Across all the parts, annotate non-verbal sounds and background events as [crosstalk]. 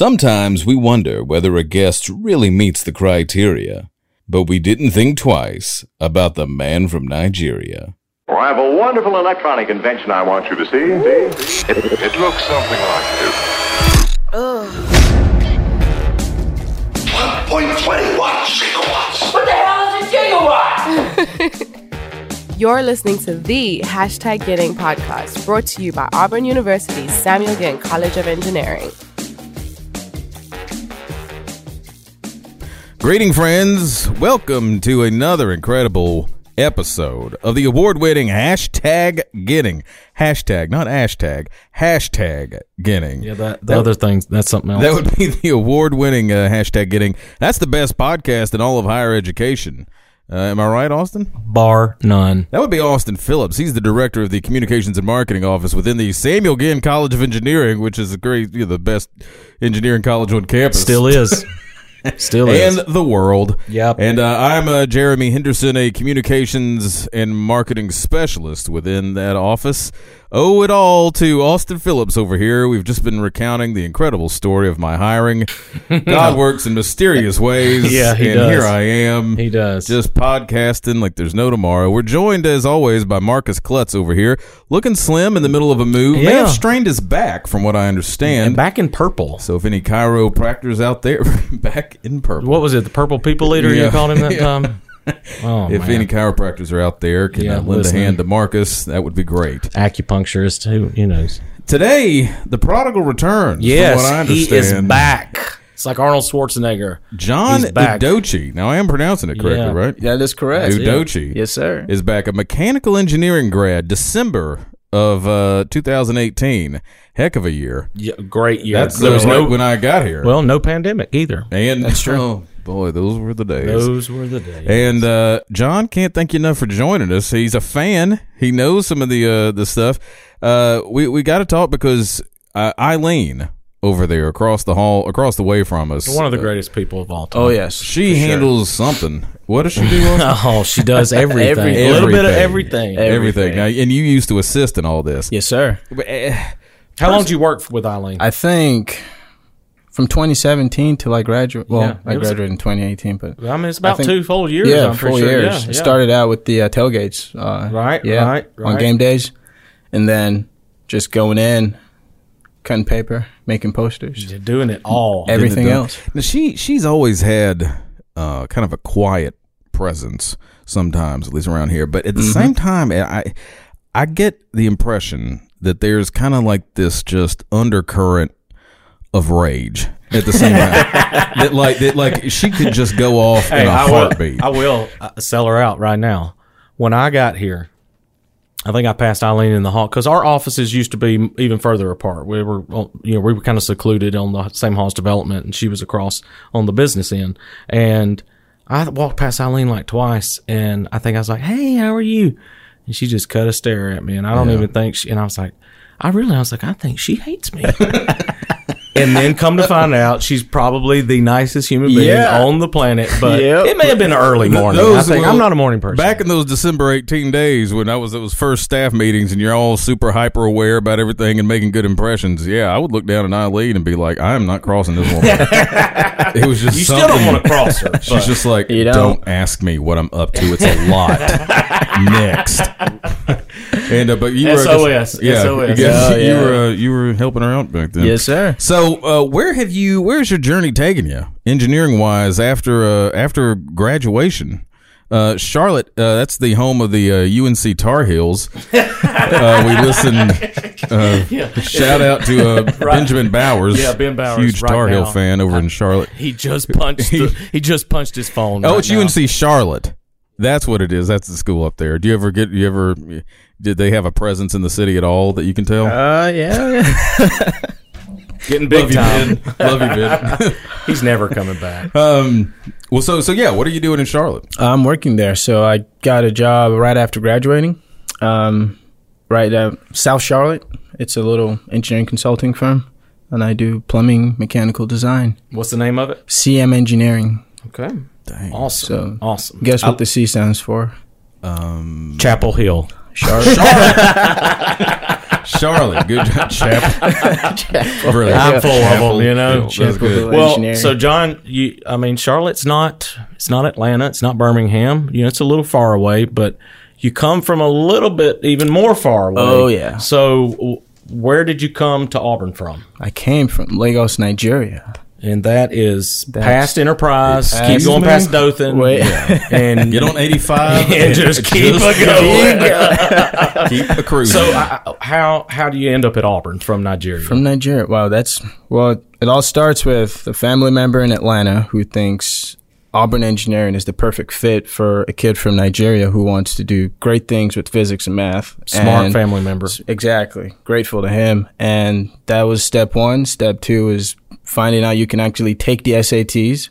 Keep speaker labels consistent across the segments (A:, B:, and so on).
A: Sometimes we wonder whether a guest really meets the criteria, but we didn't think twice about the man from Nigeria.
B: Well, I have a wonderful electronic invention I want you to see. see? It, it looks something like this.
C: 1.21 gigawatts.
D: What the hell is a gigawatt?
E: You're listening to the hashtag Getting podcast, brought to you by Auburn University's Samuel Ginn College of Engineering.
A: Greeting, friends. Welcome to another incredible episode of the award winning hashtag Getting. Hashtag, not hashtag, hashtag Getting.
F: Yeah, that, the other things, that's something else.
A: That would be the award winning uh, hashtag Getting. That's the best podcast in all of higher education. Uh, am I right, Austin?
F: Bar none.
A: That would be Austin Phillips. He's the director of the Communications and Marketing Office within the Samuel Ginn College of Engineering, which is a great, you know, the best engineering college on campus. [laughs]
F: Still is. Still
A: and
F: is.
A: the world.
F: Yep.
A: And uh, I'm uh, Jeremy Henderson, a communications and marketing specialist within that office. Owe it all to Austin Phillips over here. We've just been recounting the incredible story of my
F: [laughs]
A: hiring. God works in mysterious ways.
F: Yeah, he
A: and
F: does.
A: here I am.
F: He does.
A: Just podcasting like there's no tomorrow. We're joined as always by Marcus Klutz over here, looking slim in the middle of a move. May
F: Yeah.
A: have strained his back, from what I understand.
F: And back in purple.
A: So if any chiropractors out there, [laughs] back in purple.
F: What was it? The purple people leader
A: Yeah.
F: you called him that
A: [laughs] Yeah.
F: time? Oh,
A: if
F: man.
A: any chiropractors are out there, can
F: Yeah,
A: uh, lend
F: listening.
A: a hand to Marcus? That would be great.
F: acupuncturist, who, you knows?
A: Today, the prodigal returns. from what I
F: he is
A: understand.
F: back. It's like Arnold Schwarzenegger.
A: John
F: He's back.
A: Udochi. Now I am pronouncing it correctly,
F: Yeah.
A: right?
G: That is correct.
A: Udochi
G: Yes, sir.
A: is back, a mechanical engineering grad, December of uh, 2018. Heck of a year.
F: Yeah, great year.
A: That's
F: there was
A: uh, right
F: no,
A: when I got here.
F: well, no pandemic either.
A: and oh [laughs] boy, those were the days.
F: Those were the days.
A: And uh, John can't thank you enough for joining us. He's a fan. He knows some of the uh, the stuff. Uh, we we got to talk because uh, Eileen over there across the hall, across the way from us,
F: One of the
A: uh,
F: greatest people of all time.
G: Oh yes.
A: she handles something. What does
F: [laughs]
A: she do? Austin?
F: Oh, she [laughs] does everything.
G: Everything.
F: A little bit of
A: Everything.
F: everything.
A: Everything. Now, and you used to assist in all this.
G: Yes, sir.
F: How long did you work with Eileen?
G: I think from 2017 till I graduated. Well,
F: Yeah,
G: I
F: it was-
G: graduated in 2018, but
F: I mean, it's about
G: I think-
F: two full years.
G: yeah,
F: I'm pretty
G: four
F: sure.
G: years.
F: Yeah,
G: It
F: yeah.
G: started out with the uh, tailgates. Uh,
F: Right,
G: Yeah.
F: right,
G: On
F: right.
G: game days, and then just going in, cutting paper, making posters,
F: doing it all.
G: everything else.
A: Now she she's always had uh, kind of a quiet presence sometimes, at least around here. But at the same time, I I get the impression that there's kind of like this just undercurrent of rage at the same time that like that like she could just go off in a
F: I
A: heartbeat.
F: Will, I will uh, sell her out right now. When I got here, I think I passed Eileen in the hall because our offices used to be even further apart. We were, well, you know, we were kind of secluded on the same hall's development, and she was across on the business end. And I walked past Eileen like twice, and I think I was like, "Hey, how are you?" And she just cut a stare at me, and I don't even think she. And I was like, I really, I was like, I think she hates
A: [laughs]
F: me. And then come to find out, she's probably the nicest human being
G: Yeah.
F: on the planet. But
G: Yep.
F: it may have been early morning. I
A: Those
F: think
A: were-
F: I'm not a morning person.
A: Back in those December 18 days when I was at those first staff meetings and you're all super hyper aware about everything and making good impressions, yeah, I would look down at Eileen and be like, I am not crossing this
F: [laughs]
A: woman. it was just
F: you
A: something.
F: still don't want to cross her.
A: [laughs] She's just like,
G: You
A: don't.
G: don't.
A: ask me what I'm up to. It's
F: [laughs]
A: a
G: [laughs]
A: lot.
G: Uh,
A: Next. and uh, but you were
F: SOS.
A: yeah,
F: SOS.
A: I guess
G: Oh,
A: you
G: yeah.
A: were uh, you were helping her out back then.
G: Yes, sir.
A: So uh, where have you? Where's your journey taken you, engineering wise? After uh, after graduation. Uh, Charlotte, uh, that's the home of the uh, UNC Tar
F: [laughs]
A: Heels. uh, we listened. Uh, Shout out to uh, Benjamin Bowers.
F: Yeah, Ben Bowers,
A: huge
F: right
A: Tar Heel
F: now.
A: fan over in Charlotte.
F: [laughs] he just punched. [laughs] The, he just punched his phone.
A: Oh,
F: right
A: it's
F: now.
A: UNC Charlotte. That's what it is. That's the school up there. Do you ever get? You ever? Did they have a presence in the city at all that you can tell?
G: Uh, yeah. yeah.
F: getting big time.
A: [laughs] Love you,
F: [laughs]
A: Ben.
F: He's never coming back.
A: um, well, so so yeah. What are you doing in Charlotte?
G: I'm working there, so I got a job right after graduating. Um, right at South Charlotte. It's a little engineering consulting firm, and I do plumbing, mechanical design,
F: [laughs] What's the name of it?
G: CM engineering.
F: Okay.
A: Dang.
F: Awesome.
G: So-
F: awesome.
G: Guess what the C stands for?
A: Um,
F: Chapel Hill.
G: Charlotte.
A: Charlotte, good
F: [laughs]
A: job, Chap. Really,
F: I'm full of
A: Chapel
F: them, you know.
A: Hill, That's good.
G: Well,
F: Well,
G: engineering.
F: so John, you, I mean, Charlotte's not, it's not Atlanta, it's not Birmingham. You know, it's a little far away, but you come from a little bit even more far away.
G: Oh, yeah.
F: So, w- where did you come to Auburn from?
G: I came from Lagos, Nigeria.
F: And that is
G: That's-
F: past Enterprise. Keep
G: Excuse
F: going
G: me?
F: past Dothan.
G: Wait.
F: And
A: Get on eighty five
F: And just [laughs] keep a
A: keep a cruising.
F: so, I, I- how how do you end up at Auburn from Nigeria?
G: From Nigeria. Wow, that's well. It all starts with a family member in Atlanta who thinks Auburn engineering is the perfect fit for a kid from Nigeria who wants to do great things with physics and math.
F: Smart
G: And-
F: family member.
G: Exactly. Grateful to him. And that was step one. Step two is finding out you can actually take the SATs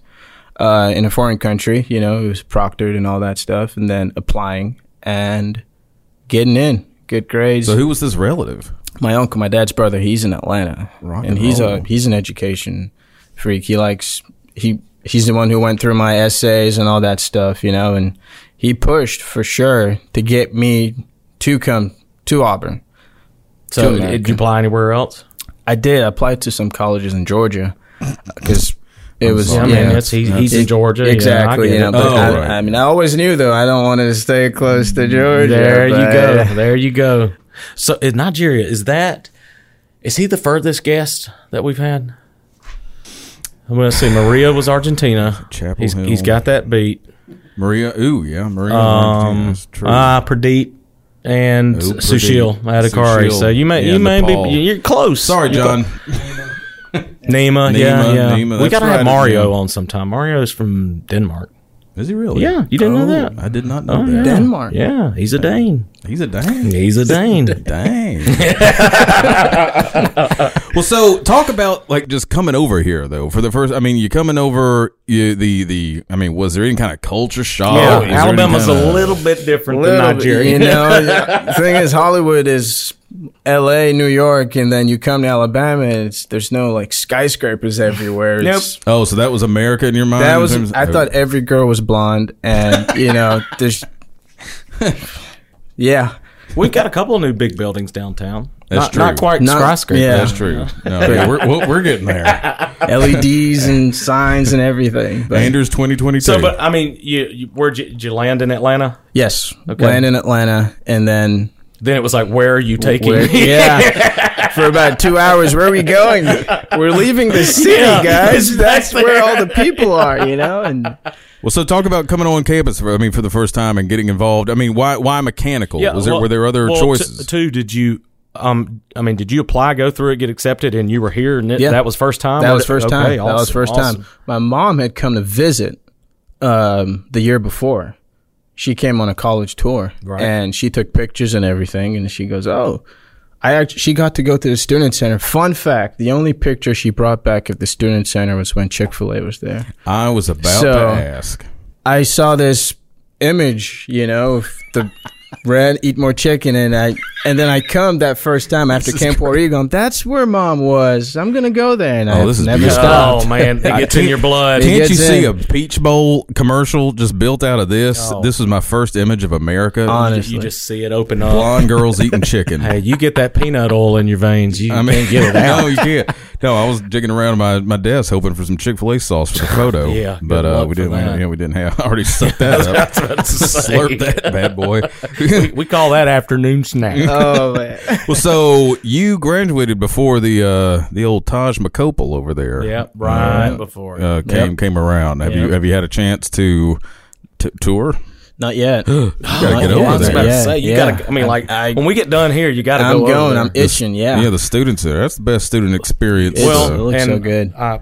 G: uh, in a foreign country. You know, it was proctored and all that stuff. And then applying and getting in. Good grades.
A: so who was this relative?
G: my uncle, my dad's brother, he's in Atlanta.
A: Rock
G: and
A: and
G: he's
A: roll.
G: a he's an education freak. He likes he he's the one who went through my essays and all that stuff, you know, and he pushed for sure to get me to come to Auburn.
F: So,
G: to America.
F: did you apply anywhere else?
G: I did. I applied to some colleges in Georgia because it was.
A: sorry.
F: I mean, that's, he's, he's in Georgia. you know, I
G: Exactly.
F: get
G: Yeah,
F: it.
G: but
A: Oh,
G: I,
A: right.
G: I mean, I always knew though. I don't want to stay close to Georgia.
F: There you
G: but-
F: go. There you go. So is Nigeria is that is he the furthest guest that we've had? I'm gonna say Maria was Argentina.
A: Chapel
F: he's,
A: Hill.
F: he's got that beat.
A: Maria. Ooh, yeah, Maria. that's true.
F: Ah, Pradeep and
A: Who,
F: Sushil
A: Pradeep?
F: Adhikari.
A: Sushil
F: So you may you
A: and
F: may
A: Nepal.
F: be you're close.
A: Sorry,
F: You're
A: John.
F: clo- Nema, yeah,
A: Nema,
F: yeah.
A: Nema,
F: we
A: that's
F: gotta have
A: right,
F: Mario
A: yeah.
F: on sometime. Mario's from Denmark.
A: Is he really?
F: Yeah, you didn't know
A: Oh,
F: that?
A: I did not know
F: Oh,
A: that.
F: yeah.
G: [laughs] Denmark.
F: Yeah, he's a Dane.
A: He's a dang. [laughs]
F: He's a Dane.
A: Dang.
F: [laughs]
A: well, so talk about like just coming over here though. For the first, I mean, you coming over. You the the. I mean, was there any kind of culture
G: Oh,
A: shock?
F: Yeah,
A: Was there any
F: Alabama's
A: kinda-
F: a little bit different
G: Little
F: than
G: bit,
F: Nigeria. [laughs]
G: You know, the thing is, Hollywood is L.A., New York, and then you come to Alabama, and it's, there's no like skyscrapers everywhere. It's-
A: Oh, so that was America in your mind?
G: That
A: in
G: was.
A: terms- Oh,
G: I thought every girl was blonde, and you know, there's. [laughs] Yeah.
F: We've got a couple of new big buildings downtown.
A: That's
F: not, not
A: true.
F: quite
G: Not-
F: skyscrapers.
G: yeah.
A: That's true. No, yeah, we're, we're, we're getting
F: [laughs]
A: there.
G: LEDs E and signs and everything. But
A: Anders 2022.
F: So, but I mean, you, you where'd you, did you land in Atlanta?
G: yes, land in Atlanta, and then
F: Then it was like, where are you taking
G: where, [laughs]
F: me?
G: yeah, for about two hours. Where are we going? We're leaving the city,
F: Yeah,
G: guys.
F: exactly.
G: That's where all the people are, you know. And
A: well, so talk about coming on campus. For, I mean, for the first time and getting involved. I mean, why why mechanical?
F: Yeah,
A: was there
F: well-
A: were there other
F: well, t-
A: choices?
F: too, did you? Um, I mean, did you apply, go through it, get accepted, and you were here, and it,
G: Yeah.
F: that was first time.
G: that
F: Or
G: was
F: did-
G: first
F: okay,
G: time. that was
F: awesome,
G: first
F: awesome.
G: time. My mom had come to visit um, the year before. She came on a college tour,
F: Right.
G: and she took pictures and everything. And she goes, "Oh, I actually." She got to go to the student center. Fun fact: the only picture she brought back of the student center was when Chick Fil A was there.
A: I was about
G: So-
A: to ask.
G: I saw this image, you know, of the [laughs] red eat more chicken, and I and then I come that first time after Camp Oregon. That's where mom was. I'm gonna go there, and I
A: Oh, this is
G: never
A: beautiful.
G: stopped.
F: Oh man, it
G: [laughs]
F: gets in your blood.
G: It
A: Can't
G: gets
A: you see
G: in.
A: a Peach Bowl commercial just built out of this?
F: Oh.
A: This was my first image of America.
G: Honestly.
F: you just see it open up.
A: Blonde
F: [laughs]
A: girls eating chicken.
F: Hey, you get that peanut oil in your veins. You
A: I mean,
F: can't get it
A: [laughs]
F: out.
A: no, you can't. No, I was digging around my, my desk hoping for some Chick Fil A sauce for the photo.
F: [laughs] Yeah, good
A: but uh,
F: luck
A: we
F: for
A: didn't.
F: that.
A: Yeah, we didn't have. [laughs] I already sucked that up. [laughs] Slurp that bad
F: [laughs]
A: boy. [laughs]
F: We call that afternoon snack.
G: Oh man.
F: [laughs]
A: well, so you graduated before the uh, the old Taj McCopel over there.
F: Yep, right
A: uh,
F: before.
A: uh, came came around. Have you
F: Yep.
A: have you had a chance to t- tour?
G: Not yet. you
A: gotta
F: [gasps]
A: get over
F: Oh, I was
A: that.
F: about
A: Yeah,
F: to say you gotta. I mean, like
G: I,
F: when we get done here, you gotta
G: I'm
F: go. over
G: going.
F: there.
G: I'm itching. Yeah.
A: Yeah, the students there. That's the best student experience.
G: It's-
F: well,
G: it
A: uh,
G: looks
F: and
G: so good.
F: I,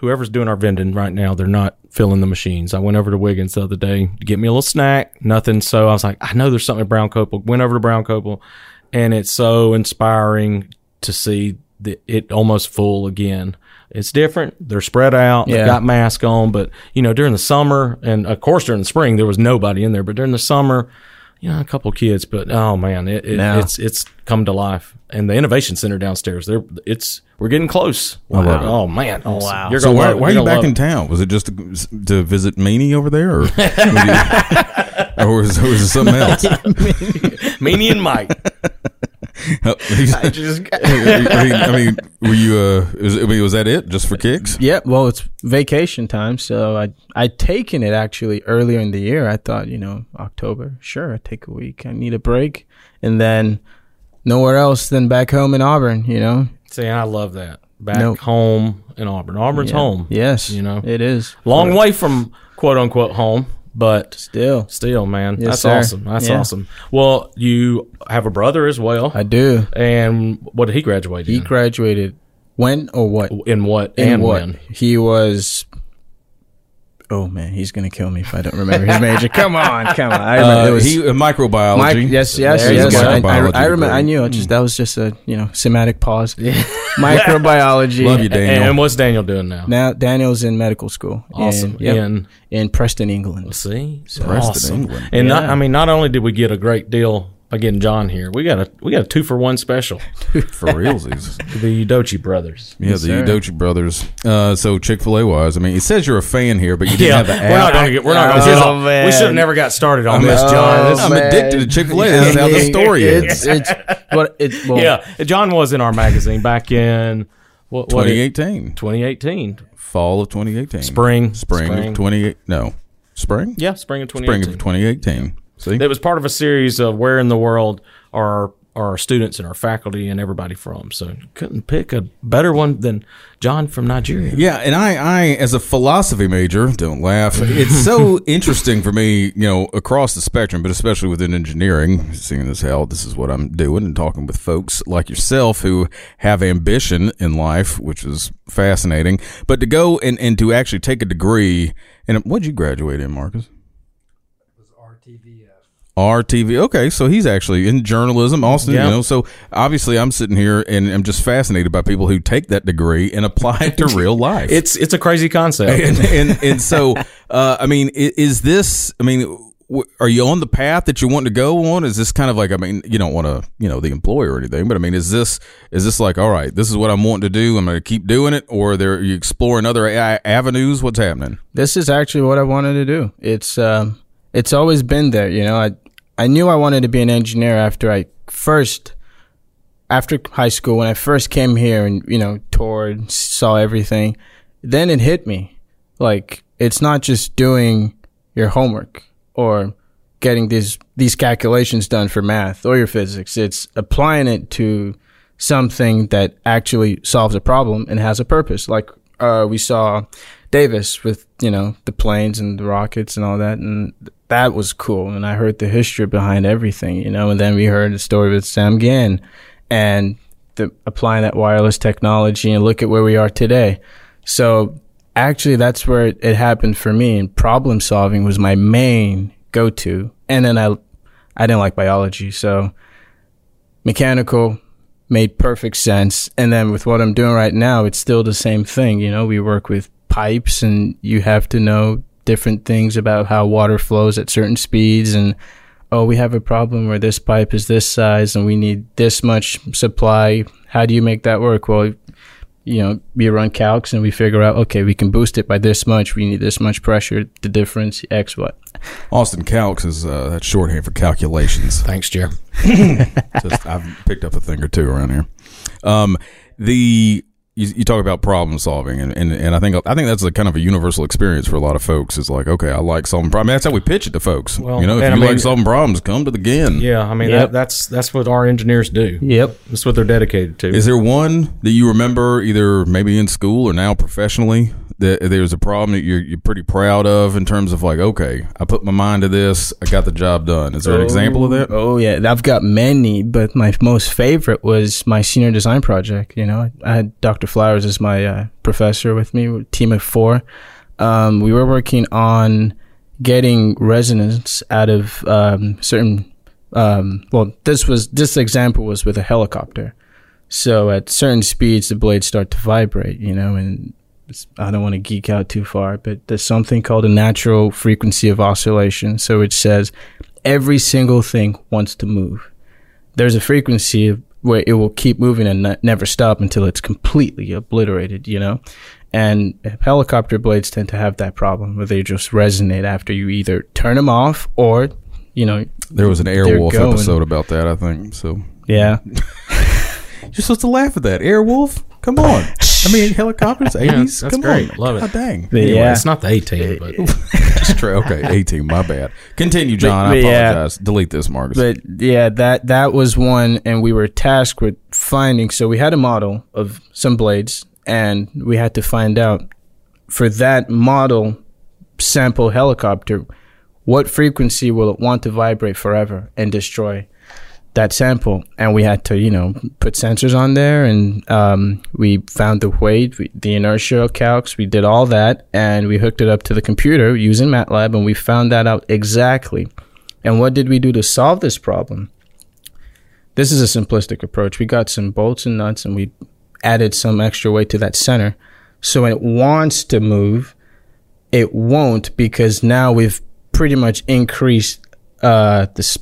F: whoever's doing our vending right now, they're not filling the machines. I went over to Wiggins the other day to get me a little snack, nothing. So I was like, I know there's something at Brown Copel. Went over to Brown Copel, and it's so inspiring to see the, it almost full again. It's different. They're spread out.
G: Yeah.
F: They've got masks on, but you know, during the summer and of course during the spring, there was nobody in there. But during the summer, you know, a couple kids. But oh man, it, it,
G: No.
F: it's it's come to life. And the innovation center downstairs, there it's we're getting close.
A: love it.
F: Oh man! Oh wow! You're
A: so
F: gonna
A: why,
F: love it.
A: why are
F: You're
A: you
F: gonna
A: back
F: love
A: in
F: it.
A: town? Was it just to, to visit Meanie over there, or, [laughs] or was, or was it something else?
F: Meanie and Mike?
A: I
G: just-
A: [laughs] mean, I mean, were you? Uh, was, I mean, was that it? Just for kicks?
G: Yeah, well, it's vacation time, so I I'd taken it actually earlier in the year. I thought, you know, October, sure, I take a week. I need a break, and then nowhere else than back home in Auburn. You know,
F: See, I love that. Back
G: Nope.
F: home in Auburn. Auburn's
G: Yeah.
F: home.
G: Yes,
F: You know.
G: it is
F: Long way from quote unquote home, but
G: Still,
F: still, man. that's
G: Yes, sir.
F: awesome. That's
G: Yeah.
F: awesome. Well, you have a brother as well.
G: I do.
F: and what did he graduate
G: He
F: in?
G: graduated when or what?
F: in what
G: In
F: and
G: what?
F: when?
G: He was. Oh man, he's gonna kill me if I don't remember his major. Come on, come on. I remember
A: Uh,
G: it was
A: he uh, microbiology.
G: Mike, yes, yes,
A: There you
G: yes.
A: go.
G: I, I,
A: Microbiology
G: I remember. I
A: degree.
G: knew. I just that was just a you know semantic pause. [laughs] Microbiology.
A: Love you, Daniel.
F: And what's Daniel doing now?
G: Now Daniel's in medical school.
F: Awesome.
G: In, yep,
F: In
G: in Preston, England.
F: see,
A: Preston,
F: awesome.
A: England.
F: And not,
G: Yeah.
F: I mean, not only did we get a great deal by getting John here, we got a we got a two for one special.
A: for
G: [laughs]
A: realsies.
F: the Udochi brothers. [laughs]
A: Yeah, the
G: sir.
A: Udochi brothers. Uh, so Chick Fil A wise, I mean, it says you're a fan here, but you didn't have the app.
F: we're not gonna get. We're not gonna.
G: Oh,
F: get off- we
G: man.
F: should have never got started on
A: I'm,
F: this, John. This-
A: I'm addicted to Chick Fil A. That's how the story is.
G: it's, It's what it. Well,
F: yeah, John was in our magazine back in what, what
A: 2018,
F: 2018.
A: fall of 2018,
F: Spring.
A: spring,
F: Spring.
A: of 28. No, spring.
F: Yeah, spring of 2018.
A: spring of 2018. See,
F: It was part of a series of where in the world are are our students and our faculty and everybody from. So couldn't pick a better one than John from Nigeria.
A: Yeah, and I, I, as a philosophy major, don't laugh. It's so interesting for me, you know, across the spectrum, but especially within engineering, seeing as hell, this is what I'm doing and talking with folks like yourself who have ambition in life, which is fascinating. But to go and, and to actually take a degree, and what'd you graduate in, Marcus? RTV. Okay, so he's actually in journalism, Austin.
F: Yeah.
A: You know, so obviously I'm sitting here and I'm just fascinated by people who take that degree and apply it to real life.
F: It's it's a crazy
A: [laughs]
F: concept.
A: and and, and so uh, I mean, i- is this? I mean, w- are you on the path that you want to go on? Is this kind of like I mean, you don't want to, you know, the employer or anything, but I mean, is this is this like all right? This is what I'm wanting to do. I'm going to keep doing it, or there are you exploring other a- avenues? What's happening?
G: this is actually what I wanted to do. It's um, it's always been there. You know, I I knew I wanted to be an engineer after I first after high school when I first came here and you know toured, saw everything. Then it hit me, like it's not just doing your homework or getting these these calculations done for math or your physics. It's applying it to something that actually solves a problem and has a purpose. Like uh, we saw Davis with you know the planes and the rockets and all that, and that was cool. And I heard the history behind everything, you know. And then we heard the story with Sam Gann and the, applying that wireless technology and look at where we are today. So actually that's where it, it happened for me and problem solving was my main go-to and then i i didn't like biology so mechanical made perfect sense and then with what i'm doing right now it's still the same thing you know we work with pipes and you have to know different things about how water flows at certain speeds and oh we have a problem where this pipe is this size and we need this much supply how do you make that work well you know, we run calcs and we figure out, okay, we can boost it by this much. We need this much pressure. The difference, X, what?
A: Austin Calx is uh, that's shorthand for calculations.
F: [laughs] Thanks, Jer.
A: [laughs] Just, I've picked up a thing or two around here. Um, the you, you talk about problem solving, and, and, and I think I think that's a kind of a universal experience for a lot of folks. It's like, okay, I like solving problems. That's how we pitch it to folks.
F: Well,
A: you know, if you
F: and I mean-
A: like solving problems, come to the gin.
F: Yeah, I mean
G: Yep.
F: that, that's that's what our engineers do.
G: Yep.
F: That's what they're dedicated to.
A: Is there one that you remember, either maybe in school or now professionally, that there's a problem that you're, you're pretty proud of in terms of like, okay, I put my mind to this, I got the job done. Is there an example of that?
G: Oh, yeah. I've got many, but my most favorite was my senior design project. You know, I had Dr. Flowers as my uh, professor with me, we're a team of four. Um, we were working on getting resonance out of um, certain. Um, well, this was this example was with a helicopter. So at certain speeds, the blades start to vibrate, you know, and it's- I don't want to geek out too far, but there's something called a natural frequency of oscillation. So it says every single thing wants to move. There's a frequency where it will keep moving and not, never stop until it's completely obliterated, you know? And helicopter blades tend to have that problem where they just resonate after you either turn them off or, you know,
A: There was an
G: they're
A: Airwolf
G: going.
A: episode about that, I think. So
G: Yeah.
A: You're supposed to laugh at that. Airwolf, come on. I mean,
F: [laughs]
A: helicopters, 80s,
F: that's- that's
A: come
F: great.
A: on.
F: Love it.
A: God dang.
G: Yeah.
F: Anyway, it's not the 18, but
A: That's true.
F: [laughs]
A: Okay, 18, my bad. Continue, John.
G: But- but
A: I
G: yeah.
A: apologize. Delete this, Marcus.
G: But yeah, that that was one, and we were tasked with finding. So we had a model of some blades, and we had to find out for that model sample helicopter, what frequency will it want to vibrate forever and destroy that sample? And we had to, you know, put sensors on there, and um, we found the weight, we, the inertia calcs, we did all that, and we hooked it up to the computer using MATLAB, and we found that out exactly. And what did we do to solve this problem? This is a simplistic approach. We got some bolts and nuts and we added some extra weight to that center. So when it wants to move, it won't because now we've pretty much increased uh this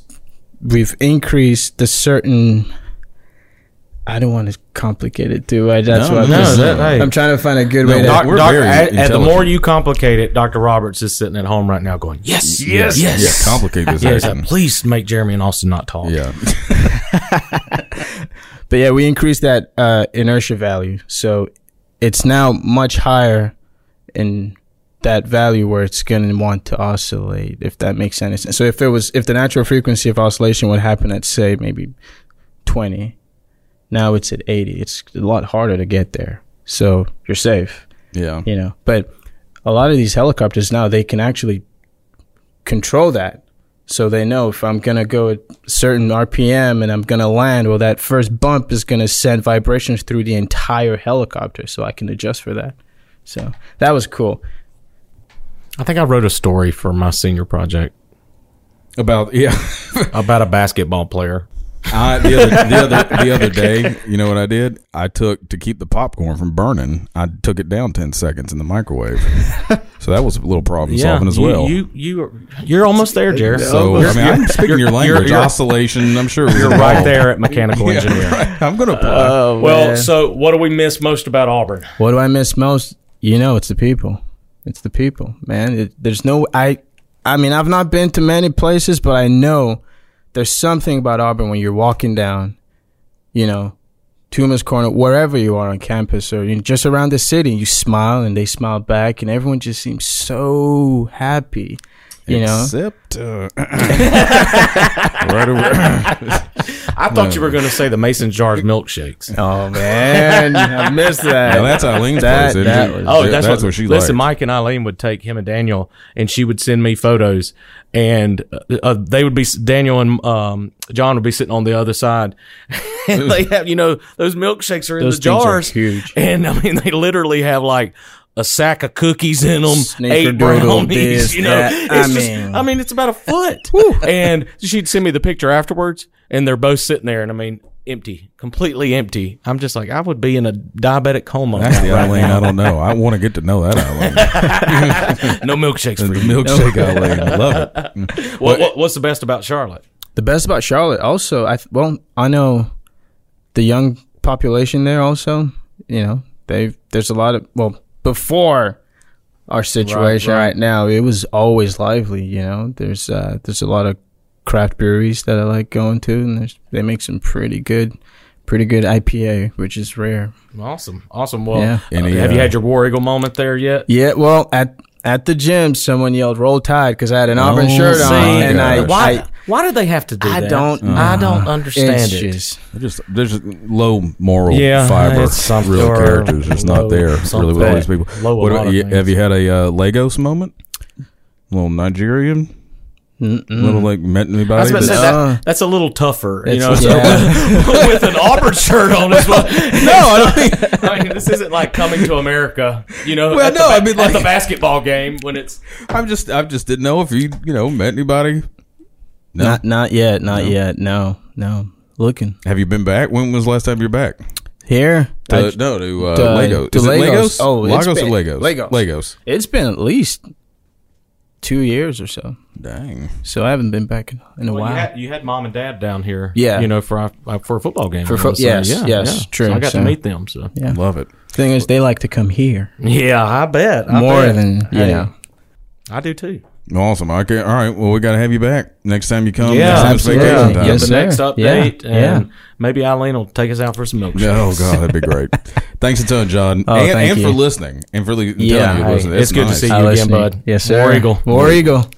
G: we've increased the certain I don't want to complicate it too. I that's
A: No,
G: what I'm,
A: no,
G: just-
A: that-
F: hey.
G: I'm trying to find a good way to
A: Doc- [laughs]
F: Doc,
A: We're
F: Doc,
A: very
F: at- at the
A: intelligent.
F: more you complicate it, Dr. Roberts is sitting at home right now going, Yes, yes, yes.
A: Yeah, complicate
F: [laughs]
A: this
F: Yes,
A: action.
F: please make Jeremy and Austin not talk.
A: Yeah.
G: But yeah, we increased that uh, inertia value, so it's now much higher in that value where it's going to want to oscillate, if that makes any sense. So if it was, if the natural frequency of oscillation would happen at say maybe twenty, now it's at eighty. It's a lot harder to get there, so you're safe,
A: Yeah.
G: you know. But a lot of these helicopters now they can actually control that. So they know if I'm gonna go at certain RPM and I'm gonna land, well, that first bump is gonna send vibrations through the entire helicopter, so I can adjust for that. So that was cool.
F: I think I wrote a story for my senior project
A: About, yeah. [laughs]
F: about a basketball player.
A: I, the, other, the, other, the other day, you know what I did? I took, to keep the popcorn from burning, I took it down 10 seconds in the
F: [laughs]
A: microwave. So that was a little problem solving as
F: you,
A: well.
F: You, you, are- you're almost there, Jerry.
A: so, I mean, I'm speaking your
F: you're-
A: language.
F: you're-
A: Oscillation, I'm sure.
F: you're right there at
A: [laughs]
F: mechanical engineer. Uh,
A: I'm going to apply.
F: Well, so what do we miss most about Auburn?
G: What do I miss most? You know, it's the people. It's the people, man. It, there's no I. I mean, I've not been to many places, but I know there's something about Auburn when you're walking down, you know, Tuma's Corner, wherever you are on campus or you know, just around the city, you smile and they smile back, and everyone just seems so happy. You know,
A: Except, uh,
F: [laughs]
A: right over.
F: I thought you were going to say the mason jars milkshakes.
G: [laughs] oh man, I missed that.
A: Now, that's Eileen's
G: That-
A: place.
G: that
A: isn't it?
G: was-
F: Oh, that's,
A: that's
F: what,
A: what she
F: Listen,
A: likes.
F: Mike and Eileen would take him and Daniel, and she would send me photos, and uh, uh, they would be Daniel and um, John would be sitting on the other side, [laughs] and they have you know those milkshakes are in
G: Those
F: the
G: things are
F: jars,
G: huge.
F: and I mean they literally have like. A sack of cookies in them, eight
G: Snickerdoodle,
F: brownies.
G: this,
F: you know, [laughs]
G: that.
F: it's
G: I
F: just,
G: mean-
F: I mean, it's about a
G: [laughs]
F: foot. and she'd send me the picture afterwards, and they're both sitting there, and I mean, empty, completely empty. I'm just like, I would be in a diabetic coma.
A: That's the
F: [laughs] right
A: Eileen I don't know. I want to get to know
F: [laughs]
A: that Eileen.
F: No milkshakes
A: the
F: for you.
A: milkshake Eileen. I love it.
F: [laughs] What, what, what's the best about Charlotte?
G: The best about Charlotte, also, I th- well, I know the young population there. Also, you know, they there's a lot of well before our situation right, now, it was always lively. You know, there's uh, there's a lot of craft breweries that I like going to, and there's, they make some pretty good, pretty good IPA, which is rare.
F: Awesome, awesome. Well,
G: Yeah.
F: uh,
A: Any,
F: have you
A: uh,
F: had your War Eagle moment there yet?
G: Yeah, well, at at the gym, someone yelled "Roll Tide" because I had an Auburn
A: Oh,
G: shirt on,
A: see,
G: and I,
A: Why-
G: I
F: why do they have to do
G: I that? don't-
F: I don't
G: it's just-
A: They're Just there's just low moral
F: Yeah,
A: fiber.
F: it's something.
A: real
F: Or
A: characters just
F: low
A: not there. Really with all these
F: something.
A: people.
F: Low a
A: What
F: lot
A: about
F: of
A: you,
F: things.
A: have you had a uh, Lagos moment? little Nigerian. Little like met anybody?
F: I was about to say
A: that's-
G: Uh-huh.
F: that, that's a little tougher, you know, [laughs]
G: It's- yeah.
F: with an Auburn shirt on as well. no, I don't [laughs] think. [laughs] I mean, this isn't like coming to America, you know.
A: Well,
F: at the
A: no,
F: ba-
A: I mean,
F: at
A: like-
F: the basketball game when it's
A: I'm just I just didn't know if you you know met anybody. No.
G: Not not yet, not yet. No, no. Looking
A: have you been back? When was the last time you're back?
G: here.
A: To,
G: I-
A: no, to, uh,
G: to-
A: Lagos.
G: to
A: Is it
G: Lagos.
A: Lagos?
G: Oh, it's
A: Lagos or
G: been-
A: Lagos?
G: Lagos.
A: Lagos.
G: It's been at least two years or so.
A: Dang.
G: So I haven't been back in, in a
F: Well,
G: while.
F: you, had, you had mom and dad down here,
G: Yeah.
F: you know, for our- uh, for a football game.
G: For
F: I
G: fo-
F: was
G: yes,
F: saying,
G: yes, true,
F: So I got
G: so-
F: to meet them. So
G: Yeah.
A: Love it.
G: Thing is, they like to come here
F: yeah, I bet I
G: more
F: bet.
G: than you
F: Hey,
G: know.
F: I do too.
A: Awesome. Okay. All right. Well, we got to have you back next time you come.
F: Yeah,
A: next time it's
G: absolutely.
A: vacation time.
F: The
G: Yes, sir.
F: next update,
G: Yeah,
F: and
G: yeah.
F: maybe Eileen will take us out for some milkshake.
A: Oh God, that'd be
G: [laughs]
A: great. Thanks a ton, John,
G: Oh,
A: and,
G: thank
A: and for
G: you.
A: listening and for li-
G: Yeah,
A: telling you to
G: hey,
A: listen.
F: it's good to
A: nice.
F: see you.
G: I
F: again,
G: listening.
F: bud.
G: Yes, sir.
F: War Eagle.
G: War Eagle.